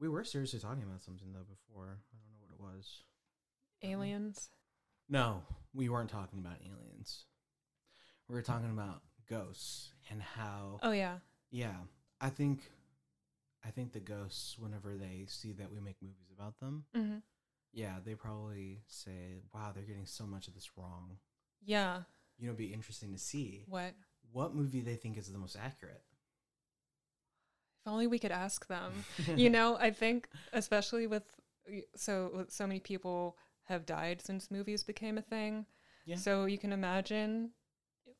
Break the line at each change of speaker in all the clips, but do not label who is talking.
We were seriously talking about something though before. I don't know what it was.
Aliens.
No, we weren't talking about aliens. We were talking about ghosts and how
Oh yeah.
yeah, I think I think the ghosts whenever they see that we make movies about them,
hmm
yeah, they probably say, "Wow, they're getting so much of this wrong."
Yeah.
You know, it'd be interesting to see
What?
what movie they think is the most accurate.
If only we could ask them. you know, I think especially with so with so many people have died since movies became a thing.
Yeah.
So you can imagine,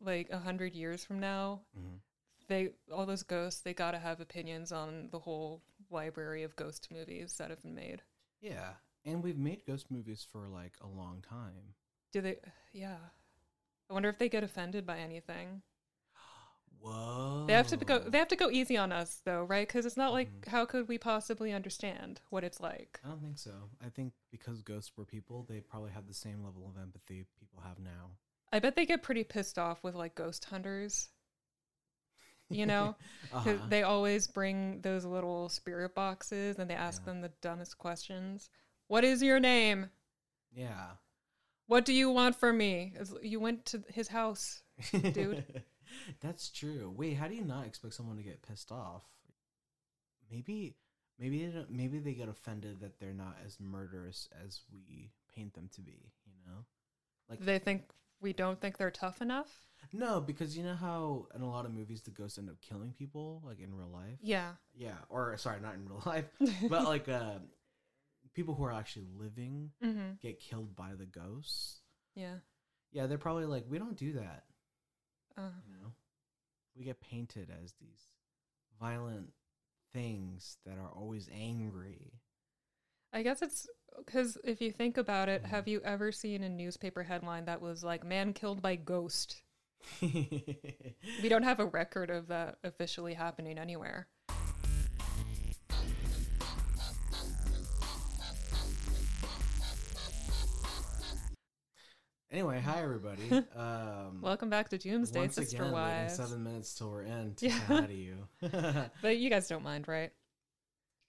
like a hundred years from now,
Mhm.
they all those ghosts they gotta have opinions on the whole library of ghost movies that have been made.
Yeah, and we've made ghost movies for like a long time.
Do they? Yeah. I wonder if they get offended by anything.
Whoa,
They have to go. They have to go easy on us, though, right? Because it's not like
Mhm.
how could we possibly understand what it's like?
I don't think so. I think because ghosts were people, they probably had the same level of empathy people have now.
I bet they get pretty pissed off with like ghost hunters. You know, 'Cause
Uh-huh.
they always bring those little spirit boxes and they ask
Yeah.
them the dumbest questions. What is your name?
yeah,
What do you want from me? It's l- You went to his house. Dude.
That's true. Wait, how do you not expect someone to get pissed off? Maybe, maybe, they don't, maybe they get offended that they're not as murderous as we paint them to be. You know, like
They think we don't think they're tough enough.
no, because you know how in a lot of movies the ghosts end up killing people, like in real life.
Yeah.
Yeah, or sorry, not in real life, but like uh, people who are actually living
hmm
get killed by the ghosts.
Yeah.
Yeah, they're probably like, we don't do that.
Uh,
You know, we get painted as these violent things that are always angry.
I guess it's because if you think about it,
Mhm.
have you ever seen a newspaper headline that was like "Man killed by ghost"? We don't have a record of that officially happening anywhere.
anyway, hi everybody. Um,
Welcome back to Doomsday,
once
Sister
again, waiting
Wives.
seven minutes till we're in to
Yeah.
say hi to you.
But you guys don't mind, right?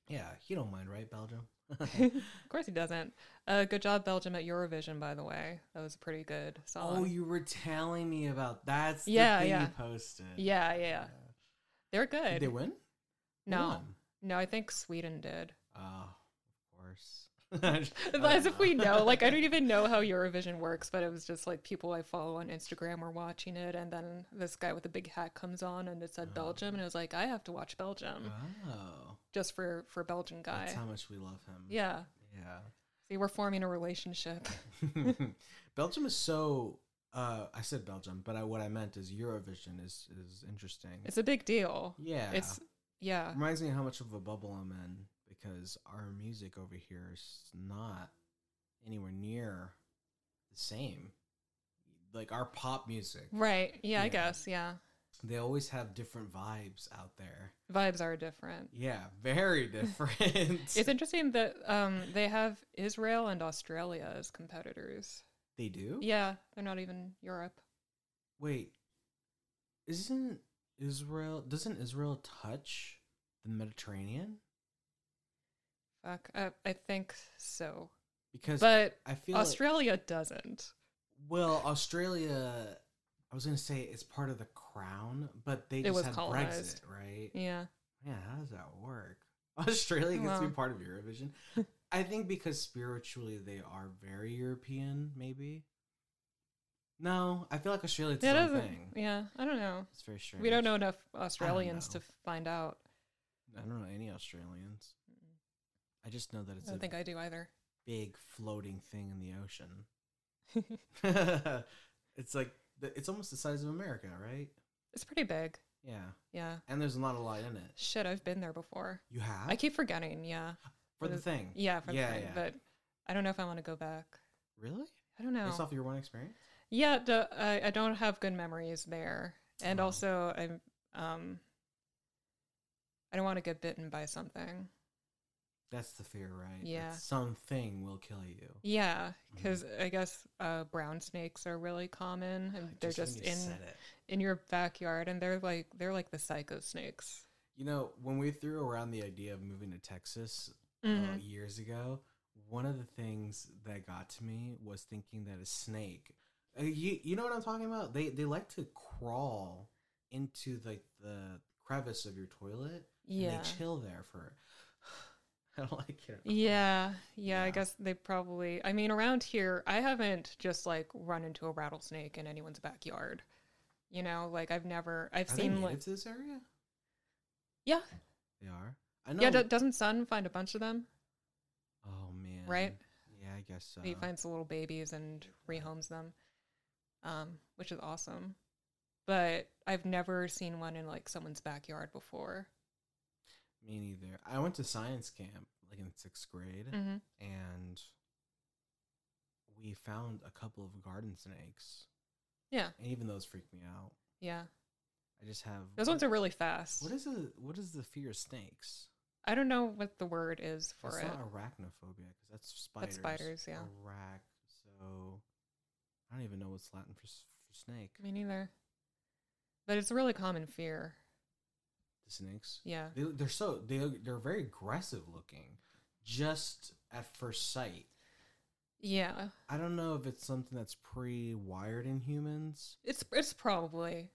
yeah, you don't mind, right, Belgium?
of course he doesn't. Uh, good job, Belgium, at Eurovision, by the way. That was a pretty good song.
Oh, you were telling me about that's
Yeah,
the thing
yeah.
you posted.
yeah, yeah, yeah. They're
Did
good.
they win? Who
no,
won?
no, I think Sweden did.
Oh, of course. I don't
As if we know, like I don't even know how Eurovision works, but it was just like people I follow on Instagram were watching it, and then this guy with a big hat comes on, and it said
Oh.
Belgium, and I was like, I have to watch Belgium
Oh,
just for for Belgian guy.
that's how much we love him.
Yeah,
Yeah.
see, we're forming a relationship.
Belgium is so. Uh, I said Belgium, but I, what I meant is Eurovision is is interesting.
It's a big deal.
yeah,
It's uh, yeah,
reminds me how much of a bubble I'm in because our music over here is not anywhere near the same. Like our pop music,
right. Yeah,
Yeah.
I guess. Yeah,
they always have different vibes out there.
vibes are different.
Yeah, very different.
It's interesting that um they have Israel and Australia as competitors.
they do.
Yeah, they're not even Europe.
Wait, isn't Israel? Doesn't Israel touch the Mediterranean?
Fuck, I, I think so,
Because
but.
I feel like-
Australia doesn't.
well, Australia. I was gonna say it's part of the crown, but they
It
just
was
had
colonized.
Brexit, right?
Yeah.
Yeah, how does that work? Australia gets to
Wow.
be part of Eurovision. I think because spiritually they are very European, maybe. No, I feel like Australia's
That
its own
doesn't.
thing.
Yeah. I don't know.
It's very strange.
We don't know enough Australians
know.
to find out.
I don't know any Australians. I just know that it's
I
a
don't think I do either.
big floating thing in the ocean. it's like the- it's almost the size of America, right?
It's pretty big.
Yeah,
Yeah.
and there's not a lot in it.
Shit, I've been there before.
You have
I keep forgetting. Yeah.
for the thing,
Yeah, for
Yeah,
the thing,
yeah.
but I don't know if I want to go back.
really?
I don't know.
Based off of your one experience?
yeah, d- I, I don't have good memories there, and
Oh.
also I'm um. I don't want to get bitten by something.
That's the fear, right? That
Yeah.
something will kill you.
Yeah,
Mm-hmm.
because I guess uh, brown snakes are really common, and
I
they're
when
just
you
in
said it.
in your backyard and they're like they're like the psycho snakes
You know, when we threw around the idea of moving to Texas uh,
Mhm.
years ago, one of the things that got to me was thinking that a snake. Uh, you you know what I'm talking about? They they like to crawl into like the crevice of your toilet.
yeah.
And they chill there for. I don't like it.
yeah. Yeah.
Yeah.
I guess they probably, I mean, around here, I haven't just like run into a rattlesnake in anyone's backyard. You know, like I've never, I've
Are they
seen
native
like,
to this area?
yeah.
They are. I know.
Yeah. Do, doesn't Sun find a bunch of them?
oh man.
right?
Yeah, I guess so.
He finds the little babies and rehomes them, um, which is awesome. But I've never seen one in like someone's backyard before.
Me neither. I went to science camp like in sixth grade,
hmm
and we found a couple of garden snakes.
Yeah.
And even those freak me out.
Yeah,
I just have
those
what-
ones are really fast.
What is the what is the fear of snakes?
I don't know what the word is for
It's
it.
not arachnophobia because that's spiders.
spiders, yeah.
Arach. So I don't even know what's Latin for, s- for snake.
Me neither. But it's a really common fear.
The snakes.
Yeah,
They, they're so they look- they're very aggressive looking, just at first sight.
yeah.
I don't know if it's something that's pre-wired in humans.
It's it's probably.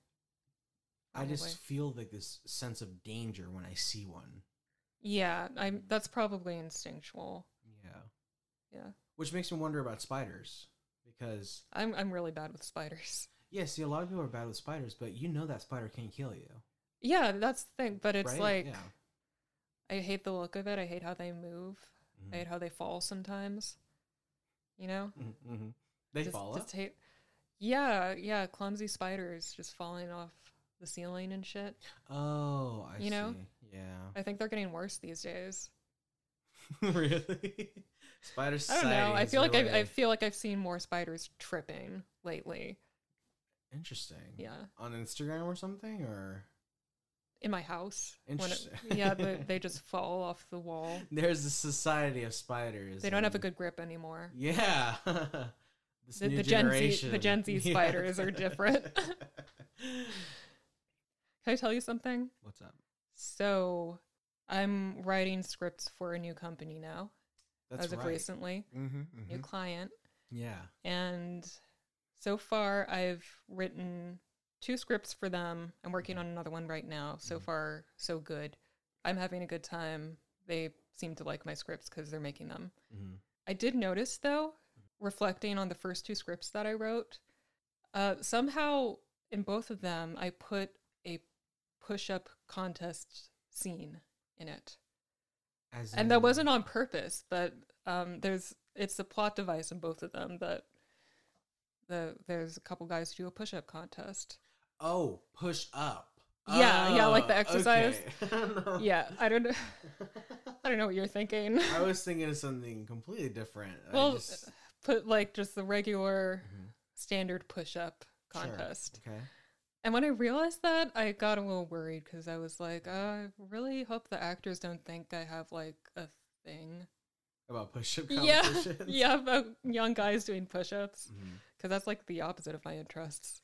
I just
Probably.
feel like this sense of danger when I see one.
Yeah, I am that's probably instinctual.
Yeah.
Yeah.
Which makes me wonder about spiders because
I'm I'm really bad with spiders.
yeah, see, a lot of people are bad with spiders, but you know that spider can't kill you.
Yeah, that's the thing. But it's
right?
like
yeah.
I hate the look of it. I hate how they move. I
Mm.
hate how they fall sometimes. You know,
Mm-hmm. They
Just-
fall
just
up.
hate- yeah, yeah, clumsy spiders just falling off the ceiling and shit.
Oh, I
you know?
see. Yeah.
I think they're getting worse these days.
really? Spider
I don't know. I
sightings,
feel like
really.
I, I feel like I've seen more spiders tripping lately.
Interesting.
Yeah,
On Instagram or something or
in my house. it,
Interesting.
yeah, they, they just fall off the wall.
There's a society of spiders.
They don't have a
and-
good grip anymore.
Yeah. This
The-
new
the Gen Z- the
generation.
Gen Z
Yeah.
spiders are different. Can I tell you something?
What's up?
So, I'm writing scripts for a new company now.
That's
as of
right.
recently,
Mm-hmm,
new client.
Yeah.
And so far, I've written two scripts for them. I'm working
Mhm.
on another one right now. So
Mhm.
far, so good. I'm having a good time. They seem to like my scripts because they're making them.
Mm-hmm.
I did notice, though, reflecting on the first two scripts that I wrote, uh, somehow in both of them, I put a push up contest scene in it
As
and that
in-
wasn't on purpose but um there's it's a plot device in both of them that the there's a couple guys who do a push-up contest
Oh, push up.
Yeah, yeah, like the
Oh,
exercise.
okay. No.
yeah i don't know i don't know what you're thinking
I was thinking of something completely different. I
Well, uh,
just,
put like just the regular
Mhm.
standard push-up
Sure.
contest
Okay.
and when i realized that i got a little worried because i was like i really hope the actors don't think i have like a thing
About push up
yeah
competitions.
yeah about young guys doing push-ups
Mhm.
because that's like the opposite of my interests.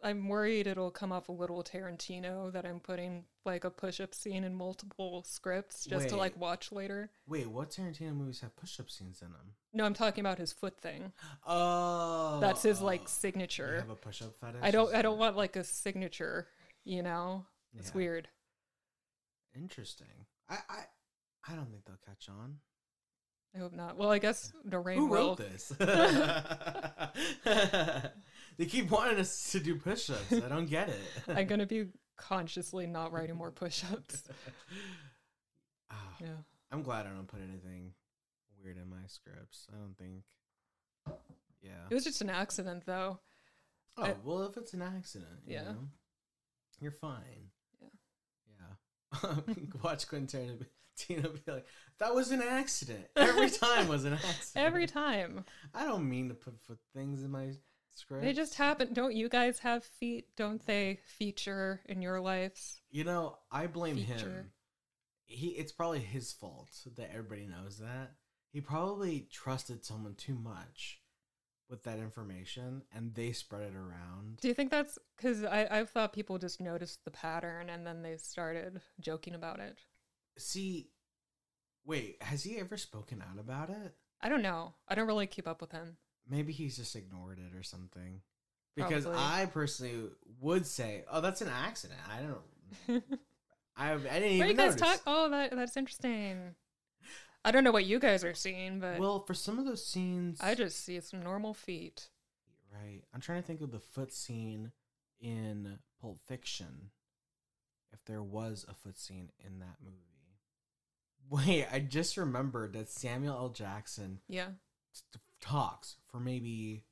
I'm worried it'll come off a little Tarantino that I'm putting like a push up scene in multiple scripts just to like
Wait.
watch later.
Wait, what Tarantino movies have push up scenes in them?
No, I'm talking about his foot thing.
Oh.
That's his
You
like signature.
have a push up fetish?
I don't
Is
I
that-
don't want like a signature, you know? It's
Yeah.
weird.
Interesting. I, I I don't think they'll catch on.
I hope not. Well, I guess Doreen
Who
will.
wrote this? they keep wanting us to do push ups. I don't get it.
I'm gonna be consciously not writing more push ups.
Ah,
Yeah.
I'm glad I don't put anything weird in my scripts. I don't think.
It
Yeah.
was just an accident though.
Oh, well, if it's an accident, you
Yeah.
know, you're fine.
Yeah.
Yeah. Watch Quentin Tarantino be like, that was an accident. Every time was an accident.
Every time.
I don't mean to put, put things in my script.
They just happen. Don't you guys have feet? Don't they feature in your lives?
You know, I blame him.
feature.
He it's probably his fault that everybody knows that. He probably trusted someone too much with that information and they spread it around.
Do you think that's because I've thought people just noticed the pattern and then they started joking about it?
See, wait, has he ever spoken out about it?
I don't know. I don't really keep up with him.
Maybe he's just ignored it or something. Because
Probably.
I personally would say, "Oh, that's an accident." I don't. I, I didn't even
Where you guys
notice.
talk? Oh, that that's interesting. I don't know what you guys are seeing, but
well, for some of those scenes,
I just see some normal feet.
Right. I'm trying to think of the foot scene in Pulp Fiction. If there was a foot scene in that movie. Wait, I just remembered that Samuel L. Jackson
Yeah.
st- talks for maybe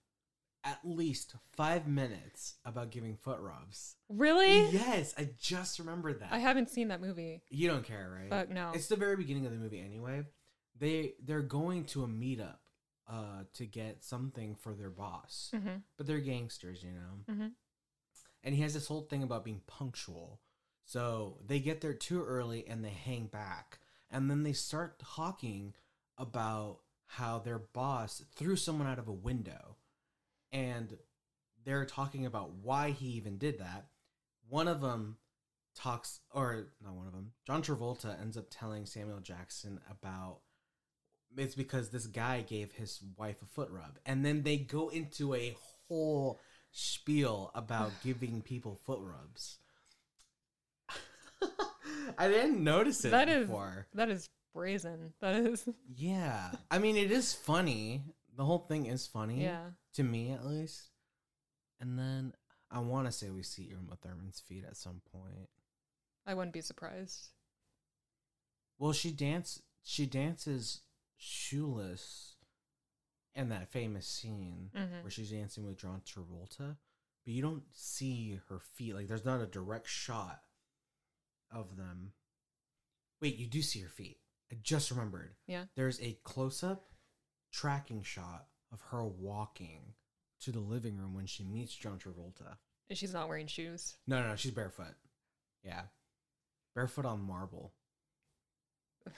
at least five minutes about giving foot rubs.
Really?
Yes, I just remembered that.
I haven't seen that movie.
you don't care, right?
Fuck no.
It's the very beginning of the movie anyway. They they're going to a meetup uh to get something for their boss
hmm
but they're gangsters, you know.
Mhm.
And he has this whole thing about being punctual. So they get there too early and they hang back. And then they start talking about how their boss threw someone out of a window. And they're talking about why he even did that. One of them talks, or not one of them, John Travolta ends up telling Samuel Jackson about it's because this guy gave his wife a foot rub. And then they go into a whole spiel about giving people foot rubs. I didn't notice it
That is-
before.
That is brazen. That is
Mm-hmm. Yeah. I mean, it is funny. The whole thing is funny.
yeah.
To me, at least. And then I want to say we see Irma Thurman's feet at some point.
I wouldn't be surprised.
Well, she dance she dances shoeless in that famous scene
Mhm.
where she's dancing with John Travolta, but you don't see her feet. Like there's not a direct shot of them. Wait, you do see her feet. I just remembered.
Yeah.
There's a close up tracking shot of her walking to the living room when she meets John Travolta.
And she's not wearing shoes.
No, no, no she's barefoot. Yeah. Barefoot on marble.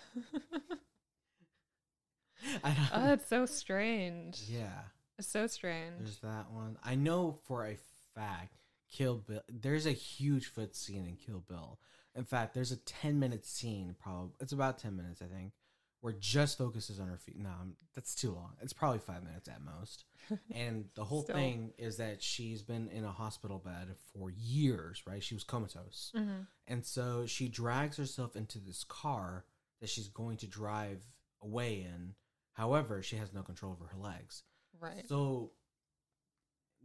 I don't,
oh, it's so strange.
yeah.
It's so strange.
There's that one. I know for a fact, Kill Bill. There's a huge foot scene in Kill Bill. In fact, there's a 10 minute scene, probably. It's about 10 minutes, I think, where just focuses on her feet. No, I'm- that's too long. It's probably five minutes at most. And the whole
Still.
thing is that she's been in a hospital bed for years, right? She was comatose.
hmm
And so she drags herself into this car that she's going to drive away in. However, she has no control over her legs.
Right.
So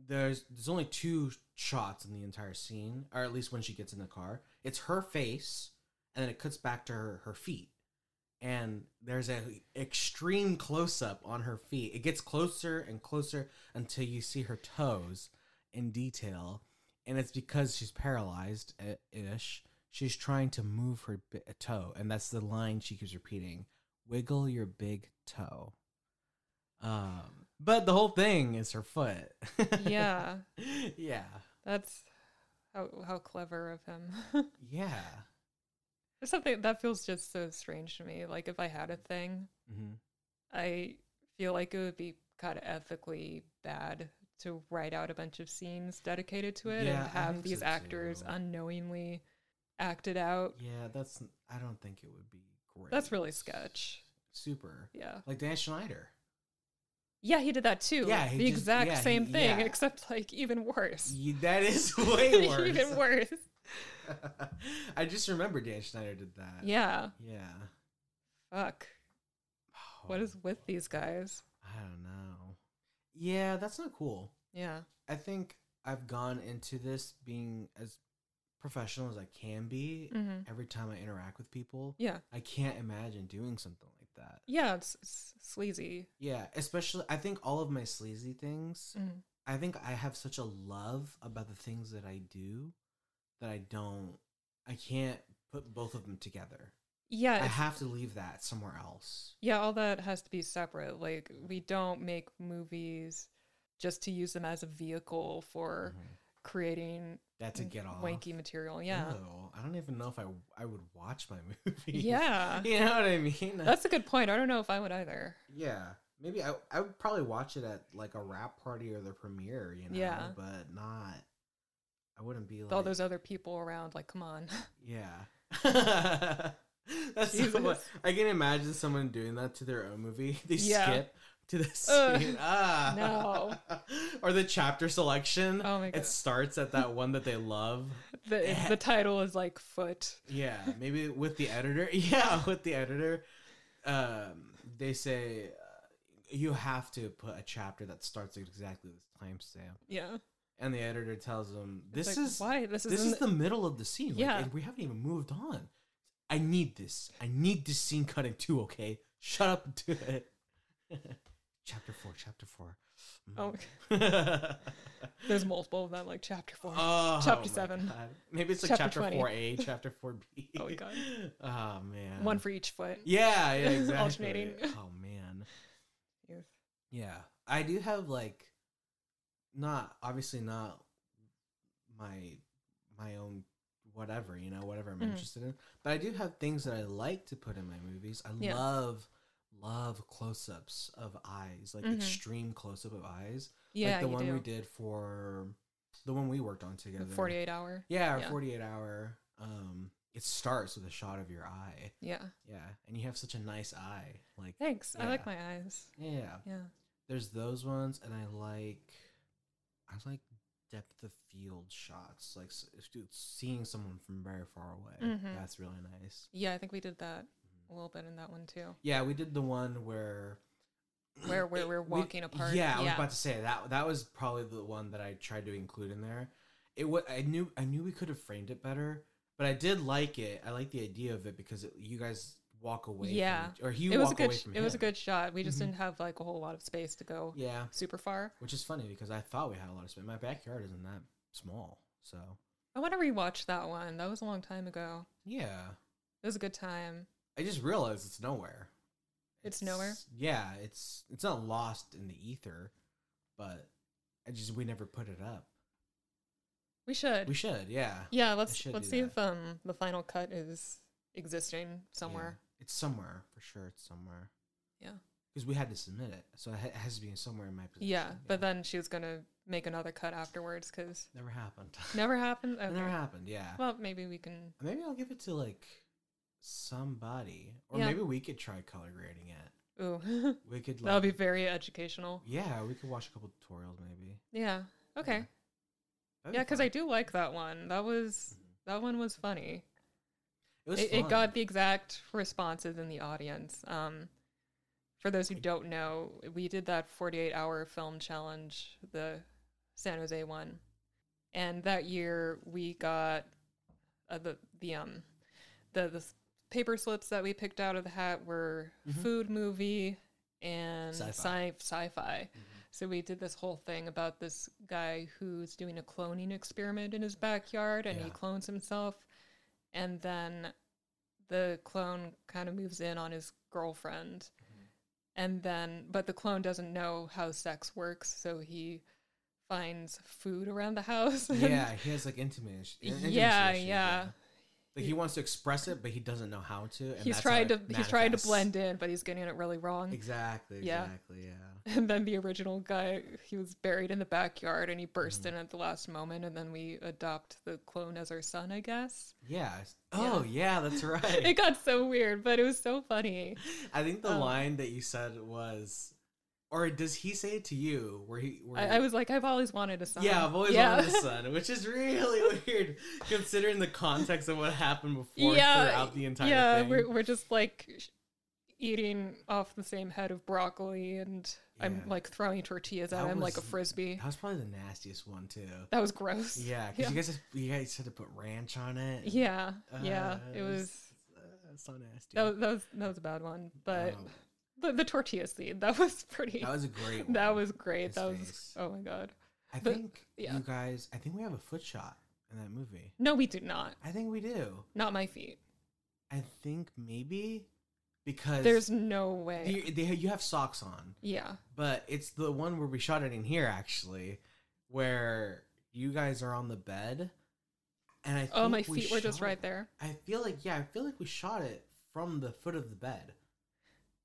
there's there's only two shots in the entire scene, or at least when she gets in the car. It's her face, and then it cuts back to her, her feet. And there's a extreme close up on her feet. It gets closer and closer until you see her toes in detail, and it's because she's paralyzed eh, ish. She's trying to move her bi- toe, and that's the line she keeps repeating: "Wiggle your big toe." Um, but the whole thing is her foot.
yeah.
yeah,
That's how how clever of him.
yeah.
There's something that feels just so strange to me. Like if I had a thing,
hmm
I feel like it would be kind of ethically bad to write out a bunch of scenes dedicated to it
Yeah, I
and have
think
these
so
actors
too.
unknowingly act it out.
Yeah, that's. I don't think it would be great.
That's really sketch.
Super.
Yeah.
Like Dan Schneider.
Yeah, he did that too.
Yeah, he
the
just-
exact
yeah, he-
same thing,
yeah.
except like even worse.
Ye- That is way worse.
even worse.
I just remember Dan Schneider did that.
Yeah.
Yeah.
Fuck. What
Oh,
is with these guys?
I don't know. Yeah, that's not cool.
Yeah.
I think I've gone into this being as professional as I can be
hmm
every time I interact with people.
Yeah.
I can't imagine doing something like that.
Yeah, it's, it's sleazy.
Yeah, especially I think all of my sleazy things,
Mhm.
I think I have such a love about the things that I do that I don't I can't put both of them together.
Yeah,
I
it's-
have to leave that somewhere else.
yeah, all that has to be separate. Like we don't make movies just to use them as a vehicle for
Mhm.
creating
That to get off.
Mm.
Oh,
wanky material. Yeah.
Ew, I don't even know if I I would watch my movies.
Yeah.
You know what I mean?
That's a good point. I don't know if I would either.
yeah. Maybe I I would probably watch it at like a rap party or the premiere, you know.
Yeah.
But not. I wouldn't be like
With all those other people around, like, come on.
Yeah. That's so what,
Jesus.
I can imagine someone doing that to their own movie. They
Yeah.
skip to the
Ugh,
scene. ah. No. or the chapter selection.
Oh my
It
God.
starts at that one that they love.
The, the title is like foot.
Yeah, maybe with the editor. Yeah, with the editor. Um, they say uh, you have to put a chapter that starts at exactly this timestamp,
Yeah.
and the editor tells them
It's
this
like,
is
why this,
this
isn't
is the middle of the scene. like,
Yeah.
and we haven't even moved on. I need this. I need this scene cut in two. Okay, shut up and do it. chapter four. Chapter four.
Oh,
Mm.
there's multiple of them, like chapter four.
Oh,
Chapter
my
seven.
God. Maybe it's like
Chapter
chapter,
20.
four A, chapter four B.
Oh my God.
Oh man.
One for each foot.
Yeah, yeah, exactly.
Alternating.
Oh man.
Youth.
Yeah. I do have like not obviously not my my own whatever, you know, whatever I'm
Mhm.
interested in. But I do have things that I like to put in my movies. I
Yeah.
love love close-ups of eyes, like
Mhm.
extreme close-up of eyes.
Yeah,
like the
you
one
do.
we did for the one we worked on together.
The 48 hour.
Yeah,
Yeah.
48 hour. Um it starts with a shot of your eye.
Yeah.
Yeah, and you have such a nice eye. Like,
Thanks. I like
Yeah.
my eyes.
yeah,
Yeah.
there's those ones, and I like, I like depth of field shots. Like, s- if you- seeing someone from very far away,
Mhm.
that's really nice.
Yeah, I think we did that a little bit in that one too.
Yeah, we did the one where
Where- where
it-
we're
we-
walking apart.
Yeah, I was
Yeah.
about to say that. That was probably the one that I tried to include in there. It was. I knew. I knew we could have framed it better, but I did like it. I like the idea of it because it, you guys walk away. from
Yeah.
each- or you
it was a
walk
good
away
sh-
from
it was a
him.
good shot. We just
Mhm.
didn't have like a whole lot of space to go
Yeah.
super far.
Which is funny because I thought we had a lot of space. My backyard isn't that small, so
I want to rewatch that one. That was a long time ago.
yeah.
It was a good time.
I just realized it's nowhere.
It's nowhere?
Yeah, it's it's not lost in the ether, but I just we never put it up.
We should.
We should, yeah.
yeah, let's
should
let's
do
see
that.
if um the final cut is existing somewhere.
Yeah. It's somewhere for sure. It's somewhere.
Yeah.
because we had to submit it, so it ha- it has to be somewhere in my
Yeah,
position.
but then she was gonna make another cut afterwards because
never happened.
never happened.
It
Okay.
never happened. Yeah.
Well, maybe we can.
maybe I'll give it to like somebody, or
Yeah.
maybe we could try color grading it.
Ooh,
We could.
that would
Like,
be very educational.
Yeah, we could watch a couple tutorials maybe.
Yeah. Okay.
That'd
Yeah,
be
because
fun.
I do like that one. That was that one was funny.
it, was
it, it
fun.
got the exact responses in the audience. Um, for those who don't know, we did that 48 hour film challenge, the San Jose one, and that year we got uh, the the um the the s- paper slips that we picked out of the hat were
Mhm.
food movie and
Sci-fi.
sci sci-fi.
Mm-hmm.
So we did this whole thing about this guy who's doing a cloning experiment in his backyard and he
Yeah.
clones himself and then the clone kind of moves in on his girlfriend.
Mm-hmm.
And then but the clone doesn't know how sex works, so he finds food around the house. and-
yeah, he has like intimate ish- in- intimacy.
Yeah,
issues,
yeah.
Like he wants to express it, but he doesn't know how to. And that's
he's
how
trying to
it
he's trying to
manifests.
blend in, but he's getting it really wrong.
Exactly.
Yeah.
Exactly. Yeah.
And then the original guy, he was buried in the backyard and he burst
Mm-hmm.
in at the last moment. And then we adopt the clone as our son, I guess.
Yeah. it's- Oh yeah, that's right.
It got so weird, but it was so funny.
I think the
um,
line that you said was, or does he say it to you? Where he? Where
I, I was like, I've always wanted a son.
Yeah, I've always
Yeah.
wanted a son, which is really weird considering the context of what happened before
yeah,
throughout the entire
yeah,
thing.
we're we're just like sh- eating off the same head of broccoli, and I'm
Yeah.
like throwing tortillas at
That
him like a
was-
frisbee.
that was probably the nastiest one too.
That was gross.
Yeah, because
yeah,
you guys had- you guys had to put ranch on it. and-
yeah, yeah.
Uh,
It was
uh, so nasty.
that, was that was that was a bad one, but
Um,
the, the tortilla seed that was pretty.
that was a great. One.
That was great.
His
That was
face.
oh my god.
I
but-
think
yeah.
you guys. I think we have a foot shot in that movie.
No, we do not.
I think we do.
Not my feet.
I think maybe because
There's no way.
you, they, you have socks on,
yeah.
but it's the one where we shot it in here actually, where you guys are on the bed, and I
Oh, my
think we
feet were just
shot-
right there.
I feel like yeah, I feel like we shot it from the foot of the bed.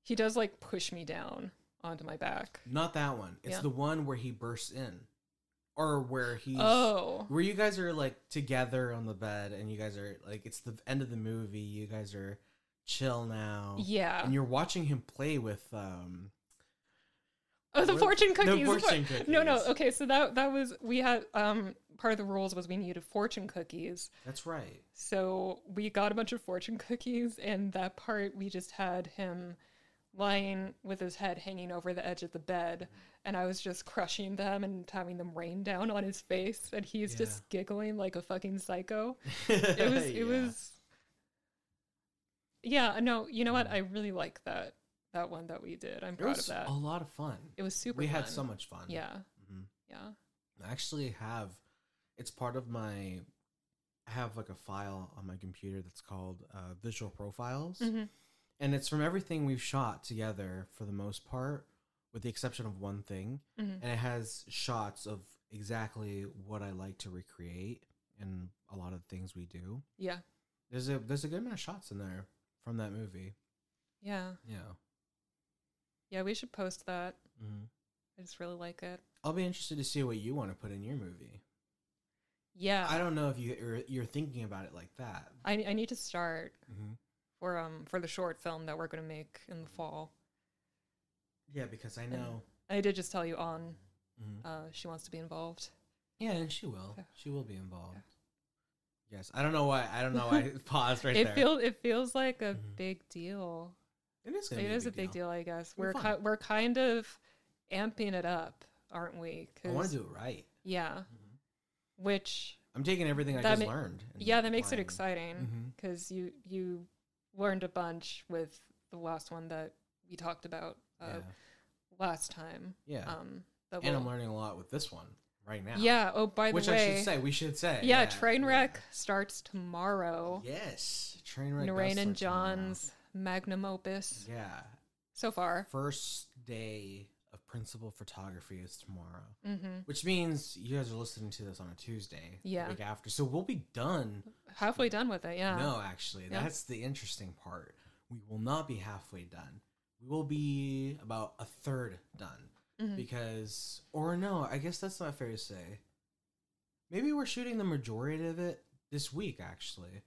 He does like push me down. onto my back.
Not that one. It's
Yeah.
the one where he bursts in, or where he's
Oh,
where you guys are like together on the bed, and you guys are like it's the end of the movie. You guys are chill now,
yeah.
and you're watching him play with um
Oh, the
what-
fortune cookies.
The fortune cookies.
No, no. Okay, so that that was we had um part of the rules was we needed fortune cookies.
That's right.
So we got a bunch of fortune cookies, and that part we just had him lying with his head hanging over the edge of the bed, and I was just crushing them and having them rain down on his face, and he's just giggling like a fucking psycho. It was, it
Yeah.
was, yeah. No, you know what? I really like that that one that we did. I'm
It
proud
was
of that.
a lot of fun.
It was super.
we had
fun.
so much fun.
Yeah,
Mhm.
yeah.
I actually have it's part of my I have like a file on my computer that's called uh, visual profiles
Mhm.
and it's from everything we've shot together for the most part with the exception of one thing
Mhm.
and it has shots of exactly what I like to recreate in a lot of things we do.
Yeah,
There's a there's a good amount of shots in there from that movie.
yeah,
Yeah.
yeah. We should post that.
Mm-hmm.
I just really like it.
I'll be interested to see what you want to put in your movie.
Yeah,
I don't know if you you're, you're thinking about it like that.
I, I need to start
Mm-hmm.
for um for the short film that we're gonna make in the fall.
Yeah, because I know.
I did just tell you on
Mhm.
uh, she wants to be involved.
Yeah, and she will.
Yeah.
She will be involved. Yes, I don't know why. I don't know why. I paused right
it
there.
feels it feels like a
Mhm.
big deal.
it is, gonna
It
be
is a big deal, I guess.
It'll
We're
be fun.
ki- we're kind of amping it up, aren't we?
I want
'Cause-
to do it right.
yeah. Which
I'm taking everything I
That
just
ma-
learned. and
yeah, that makes it
applying.
exciting
Mhm.
because you you learned a bunch with the last one that we talked about uh, last time.
Yeah, yeah.
Um, that
and
we'll-
I'm learning a lot with this one right now.
Yeah. Oh, by
which
the way,
I should say we should say.
yeah, train
yeah.
wreck starts tomorrow.
Yes, train wreck. does
Noreen
start
and
tomorrow.
John's magnum opus
Yeah,
so far.
first day of principal photography is tomorrow.
hmm
Which means you guys are listening to this on a Tuesday, the
Yeah.
week after. So we'll be done.
Halfway done with it. Yeah.
No, actually,
Yeah.
that's the interesting part. We will not be halfway done. We will be about a third done
Mhm.
because, or no, I guess that's not fair to say. Maybe we're shooting the majority of it this week. Actually,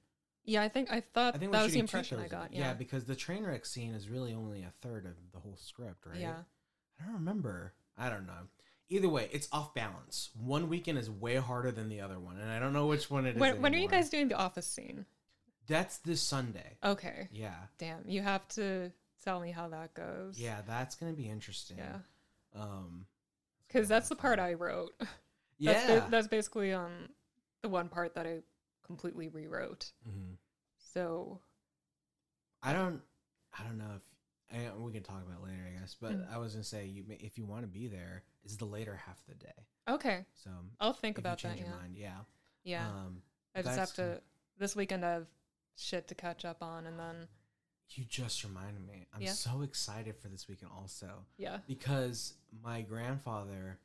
Yeah. I think I thought
I think
that
we're
was the
shooting two
impression I
thirds of
got.
it.
Yeah.
because the train wreck scene is really only a third of the whole script, right?
Yeah.
I don't remember. I don't know. Either way, it's off balance. One weekend is way harder than the other one, and I don't know which one it is.
When, when are you
anymore.
guys doing the office scene?
That's this Sunday.
Okay.
Yeah,
Damn. You have to tell me how that goes.
yeah, that's gonna be interesting.
Yeah.
um,
Because that's the part
I.
I wrote.
Yeah,
That's, ba- that's basically um the one part that I completely rewrote.
Mhm.
So
I don't. I don't know if I, we can talk about it later. I guess, but
Mm.
I was gonna say you may, if you want to be there, it's the later half of the day.
okay,
So
I'll think
if
about
you
that.
change
Yeah,
your mind, yeah,
yeah.
Um,
I just
that's
have
gonna-
to. This weekend I have shit to catch up on, and then
you just reminded me. I'm
Yeah.
so excited for this weekend also
yeah.
because my grandfather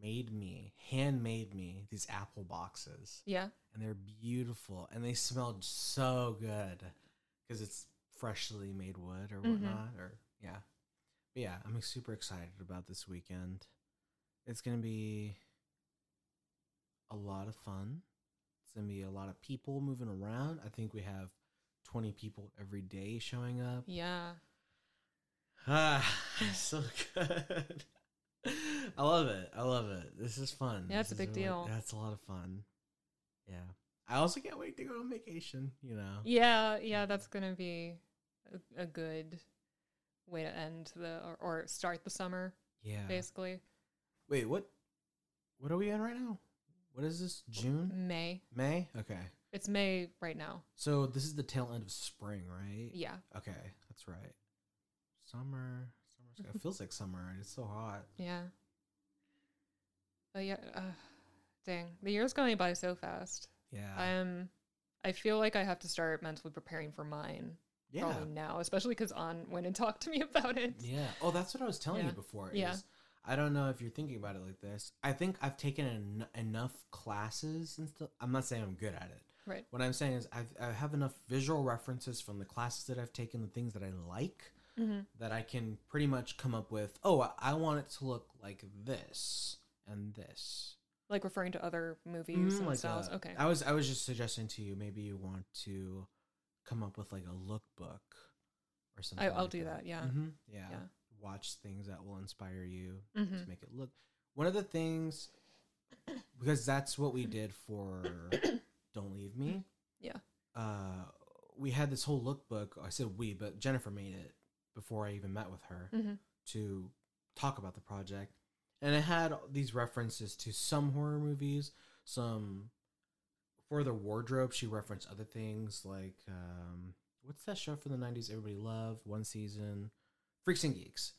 made me, handmade me these apple boxes.
Yeah,
and they're beautiful and they smelled so good because it's freshly made wood or
Mhm.
whatnot or yeah but yeah i'm super excited about this weekend it's gonna be a lot of fun it's gonna be a lot of people moving around i think we have 20 people every day showing up
yeah.
ah so good i love it i love it this is fun
Yeah, it's
This
a
is
big
really-
deal.
that's a lot of fun yeah i also can't wait to go on vacation you know
Yeah, yeah, that's gonna be a, a good way to end the or, or start the summer,
yeah
basically.
wait what what are we in right now what is this june
May.
may okay
It's May right now.
so this is the tail end of spring right
Yeah.
okay that's right summer summer it feels like summer and it's so hot
Yeah. But yeah, uh, dang, the year's going by so fast.
yeah
I am. I feel like I have to start mentally preparing for mine
yeah
probably now, especially because On went and talked to me about it.
Yeah. Oh, that's what I was telling
Yeah.
you before. Is
Yeah.
I don't know if you're thinking about it like this. I think I've taken en- enough classes and stuff. I'm not saying I'm good at it.
Right.
What I'm saying is I've, I have enough visual references from the classes that I've taken, the things that I like,
hmm
that I can pretty much come up with, oh, I- I want it to look like this and this.
Like referring to other movies
Mm,
and
like
styles.
a-
okay.
I was I was just suggesting to you maybe you want to come up with like a lookbook or something.
I'll
like
do that, yeah.
Mhm, yeah.
Yeah.
Watch things that will inspire you
Mhm.
to make it look. One of the things because that's what we did for Don't Leave Me.
Yeah.
Uh, we had this whole lookbook. I said we, but Jennifer made it before I even met with her
Mhm.
to talk about the project. And it had these references to some horror movies, some for the wardrobe. She referenced other things like um, what's that show from the '90s everybody loved? One season, Freaks and Geeks.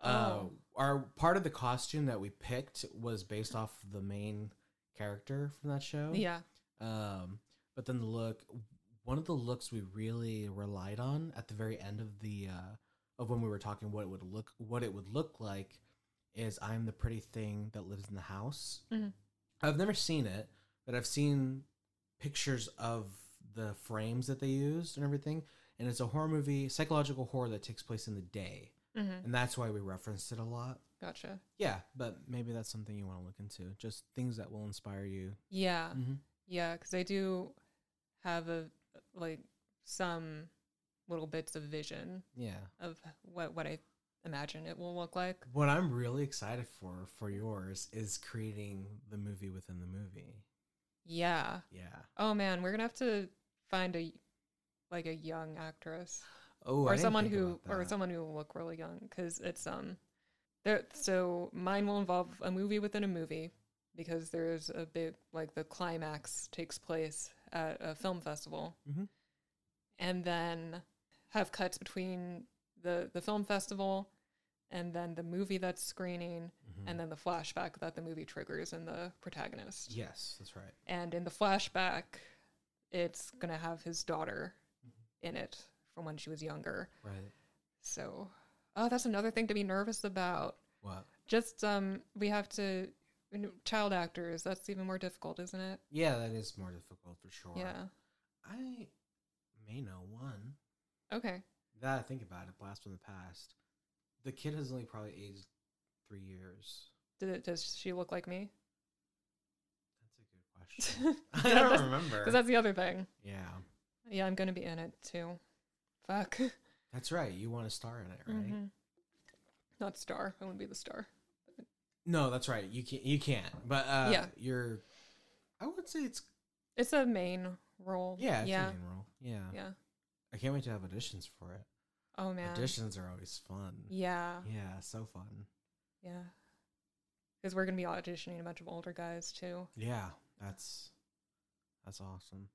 Uh,
Oh.
our part of the costume that we picked was based off the main character from that show.
Yeah.
Um, but then the look, one of the looks we really relied on at the very end of the uh, of when we were talking what it would look what it would look like is I'm the pretty thing that lives in the house.
Mhm.
I've never seen it, but I've seen pictures of the frames that they used and everything. And it's a horror movie, psychological horror that takes place in the day,
hmm
and that's why we referenced it a lot.
Gotcha.
Yeah, but maybe that's something you want to look into. Just things that will inspire you.
Yeah.
Mhm.
Yeah, because I do have a like some little bits of vision
Yeah.
of what what I imagine it will look like.
What I'm really excited for for yours is creating the movie within the movie.
Yeah.
Yeah.
Oh man, we're gonna have to find a like a young actress
Oh, I
or
didn't
someone
think
who
about
or
that.
someone who will look really young because it's um there. So mine will involve a movie within a movie because there is a big like the climax takes place at a film festival,
Mhm.
and then have cuts between the the film festival and then the movie that's screening
Mhm.
and then the flashback that the movie triggers in the protagonist
yes, that's right.
and in the flashback it's gonna have his daughter
Mm-hmm.
in it from when she was younger
Right.
so oh that's another thing to be nervous about
What?
just um we have to you know, child actors that's even more difficult isn't it
Yeah, that is more difficult for sure.
yeah
I may know one.
okay
That I think about it, blast from the past. The kid has only probably aged three years.
Did it, does she look like me
That's a good question. I
Yeah,
don't
that's-
remember.
because that's the other thing
yeah.
yeah i'm gonna be in it too fuck
That's right. You want to star in it, right?
Mhm. not star i wouldn't be the star
No, that's right. You can't. You can't. But uh,
Yeah.
you're. I would say it's
it's a main role
yeah. It's
yeah
a main role. Yeah.
yeah
I can't wait to have auditions for it.
oh man
Auditions are always fun.
yeah
Yeah, so fun.
Yeah. Because we're going to be auditioning a bunch of older guys too.
Yeah, that's that's awesome.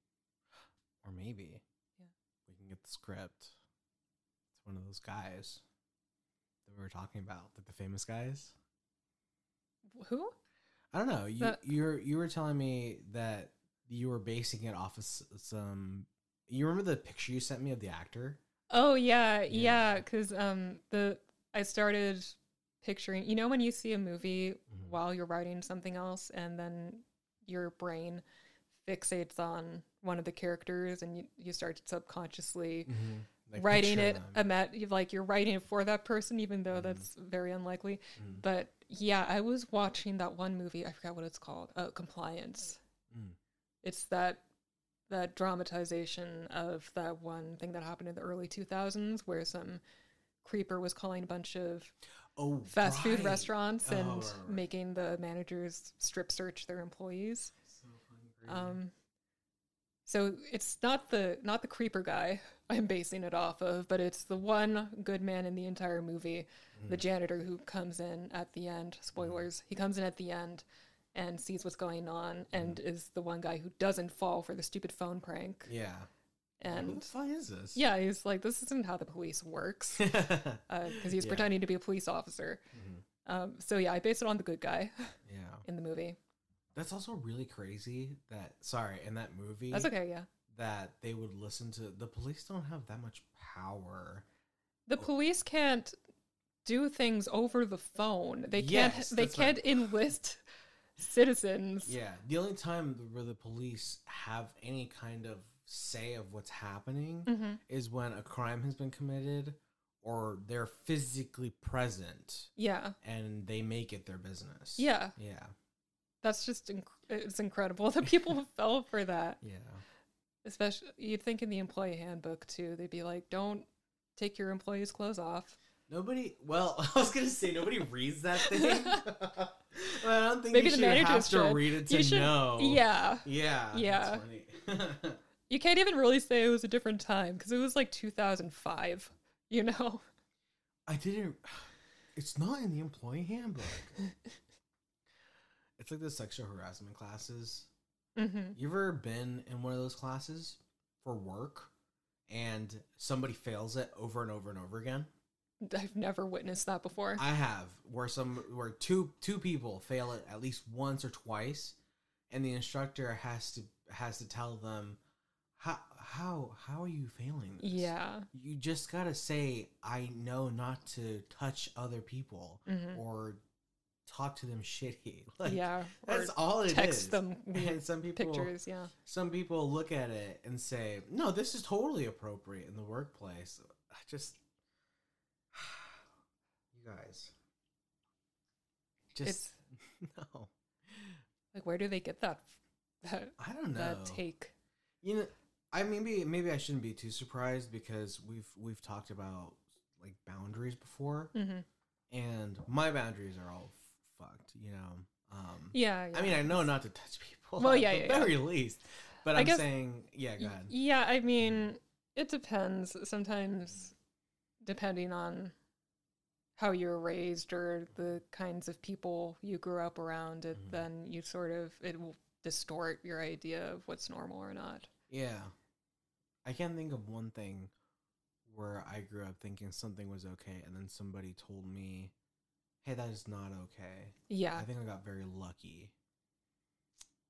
Or maybe
Yeah.
we can get the script. It's one of those guys that we were talking about, like the famous guys.
Who?
I don't know. You
But-
you're you were telling me that you were basing it off of s- some. You remember the picture you sent me of the actor?
Oh, yeah.
Yeah.
Yeah. Because um, the I started picturing, you know, when you see a movie
Mhm.
while you're writing something else and then your brain fixates on one of the characters and you, you start subconsciously
Mm-hmm.
writing it ima- you- like you're writing it for that person even though
Mhm.
that's very unlikely
Mhm.
but yeah i was watching that one movie i forgot what it's called uh, compliance
Mm.
it's that that dramatization of that one thing that happened in the early 2000s where some creeper was calling a bunch of
oh,
fast food
right.
restaurants and
Oh, right, right.
making the managers strip search their employees
So hungry.
um, so it's not the not the creeper guy I'm basing it off of, but it's the one good man in the entire movie, the
Mhm.
janitor who comes in at the end. Spoilers: he comes in at the end and sees what's going on, and is the one guy who doesn't fall for the stupid phone prank.
Hmm. yeah. Who
And
the fuck is this?
yeah, he's like, this isn't how the police works,
Mhm.
because he's
Yeah.
pretending to be a police officer. Um, so yeah, I based it on the good guy
Yeah.
in the movie.
That's also really crazy that sorry, in that movie
That's okay. Yeah,
that they would listen to the police don't have that much power.
the police can't do things over the phone. They can't.
Yes,
they
that's right.
can't enlist citizens.
Yeah. The only time where the police have any kind of say of what's happening
Mhm.
is when a crime has been committed or they're physically present
Yeah.
and they make it their business.
Yeah.
Yeah.
That's just inc- it's incredible that people fell for that.
Yeah.
Especially you'd think in the employee handbook too, they'd be like, "Don't take your employees' clothes off."
Nobody. Well, I was gonna say nobody reads that thing. well, I don't think
Maybe
you
the
should
managers
have to
should.
read it to
You should-
know.
Yeah.
Yeah.
Yeah.
That's funny.
You can't even really say it was a different time because it was like 2005, you know?
I didn't. It's not in the employee handbook. it's like the sexual harassment classes.
hmm
You ever been in one of those classes for work and somebody fails it over and over and over again?
I've never witnessed that before.
I have where some where two two people fail it at least once or twice and the instructor has to has to tell them how how how are you failing this?
yeah.
You just got to say I know not to touch other people
Mhm.
or talk to them shitty. Like
yeah. Or
that's all it is.
text them weird
And some people
pictures. Yeah.
some people look at it and say, "No, this is totally appropriate in the workplace." I just you guys just
It's-
no.
Like, where do they get that? That,
I don't know.
that take.
You know, I maybe maybe I shouldn't be too surprised because we've we've talked about like boundaries before
hmm
and my boundaries are all fucked, you know. Um
Yeah. yeah.
I mean, I know not to touch people.
Well,
at
yeah,
the
yeah, yeah.
very least. But
I
I'm
guess-
saying, yeah, go
Y-
ahead.
Yeah, I mean, it depends. Sometimes, depending on how you're raised or the kinds of people you grew up around, it
Mhm.
then you sort of it will distort your idea of what's normal or not.
Yeah. I can't think of one thing where I grew up thinking something was okay and then somebody told me, hey, that is not okay.
Yeah,
I think I got very lucky.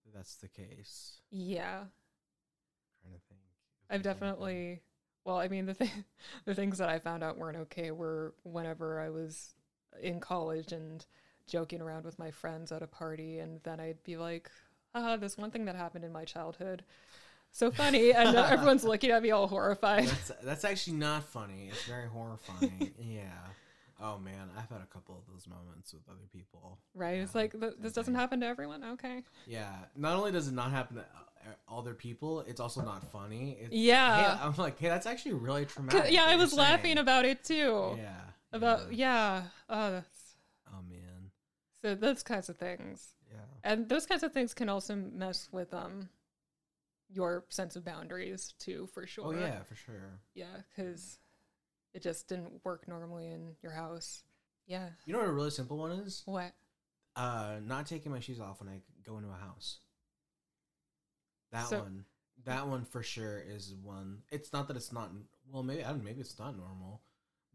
that That's the case.
yeah.
trying to think. if
I've
there's anything.
definitely. Well, I mean, the thing, the things that I found out weren't okay were whenever I was in college and joking around with my friends at a party, and then I'd be like, "Ah, this one thing that happened in my childhood, so funny," and now everyone's looking at me all horrified.
That's, that's actually not funny. It's very horrifying. yeah. Oh, man. I've had a couple of those moments with other people.
Right? It's
Yeah,
like th- this doesn't
okay.
happen to everyone. Okay.
Yeah. Not only does it not happen to uh, other people, it's also not funny. It's,
Yeah.
Hey, I'm like, hey, that's actually really traumatic.
Uh, 'Cause- Yeah,
what
I
you're
was laughing
saying."
about it too.
Yeah.
About yeah, oh, that's,
Oh man.
so those kinds of things.
Yeah. Oh,
And those kinds of things can also mess with um your sense of boundaries too, for sure.
Oh yeah, for sure.
yeah, because it just didn't work normally in your house. Yeah,
You know what a really simple one is?
what?
Uh, not taking my shoes off when I go into a house. That
So-
one. That one for sure is one. It's not that it's not. Well, maybe I don't. Maybe it's not normal,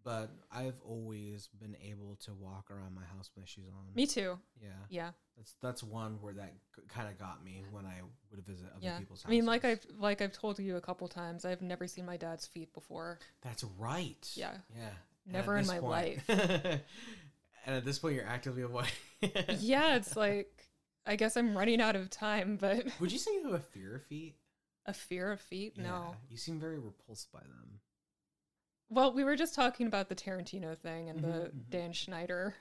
but I've always been able to walk around my house with my shoes on.
Me too.
Yeah.
Yeah,
That's that's one where that kind of got me when I would visit other
yeah.
people's
I
houses.
mean, like I've like I've told you a couple times, I've never seen my dad's feet before.
That's right.
Yeah.
Yeah. And
Never
at
in
this
my
point- and at this point, you're actively avoiding.
yeah, it's like I guess I'm running out of time, but
Would you say you have a fear of feet?
a fear of feet? No.
you seem very repulsed by them.
Well, we were just talking about the Tarantino thing and the
Mhm, mhm.
Dan Schneider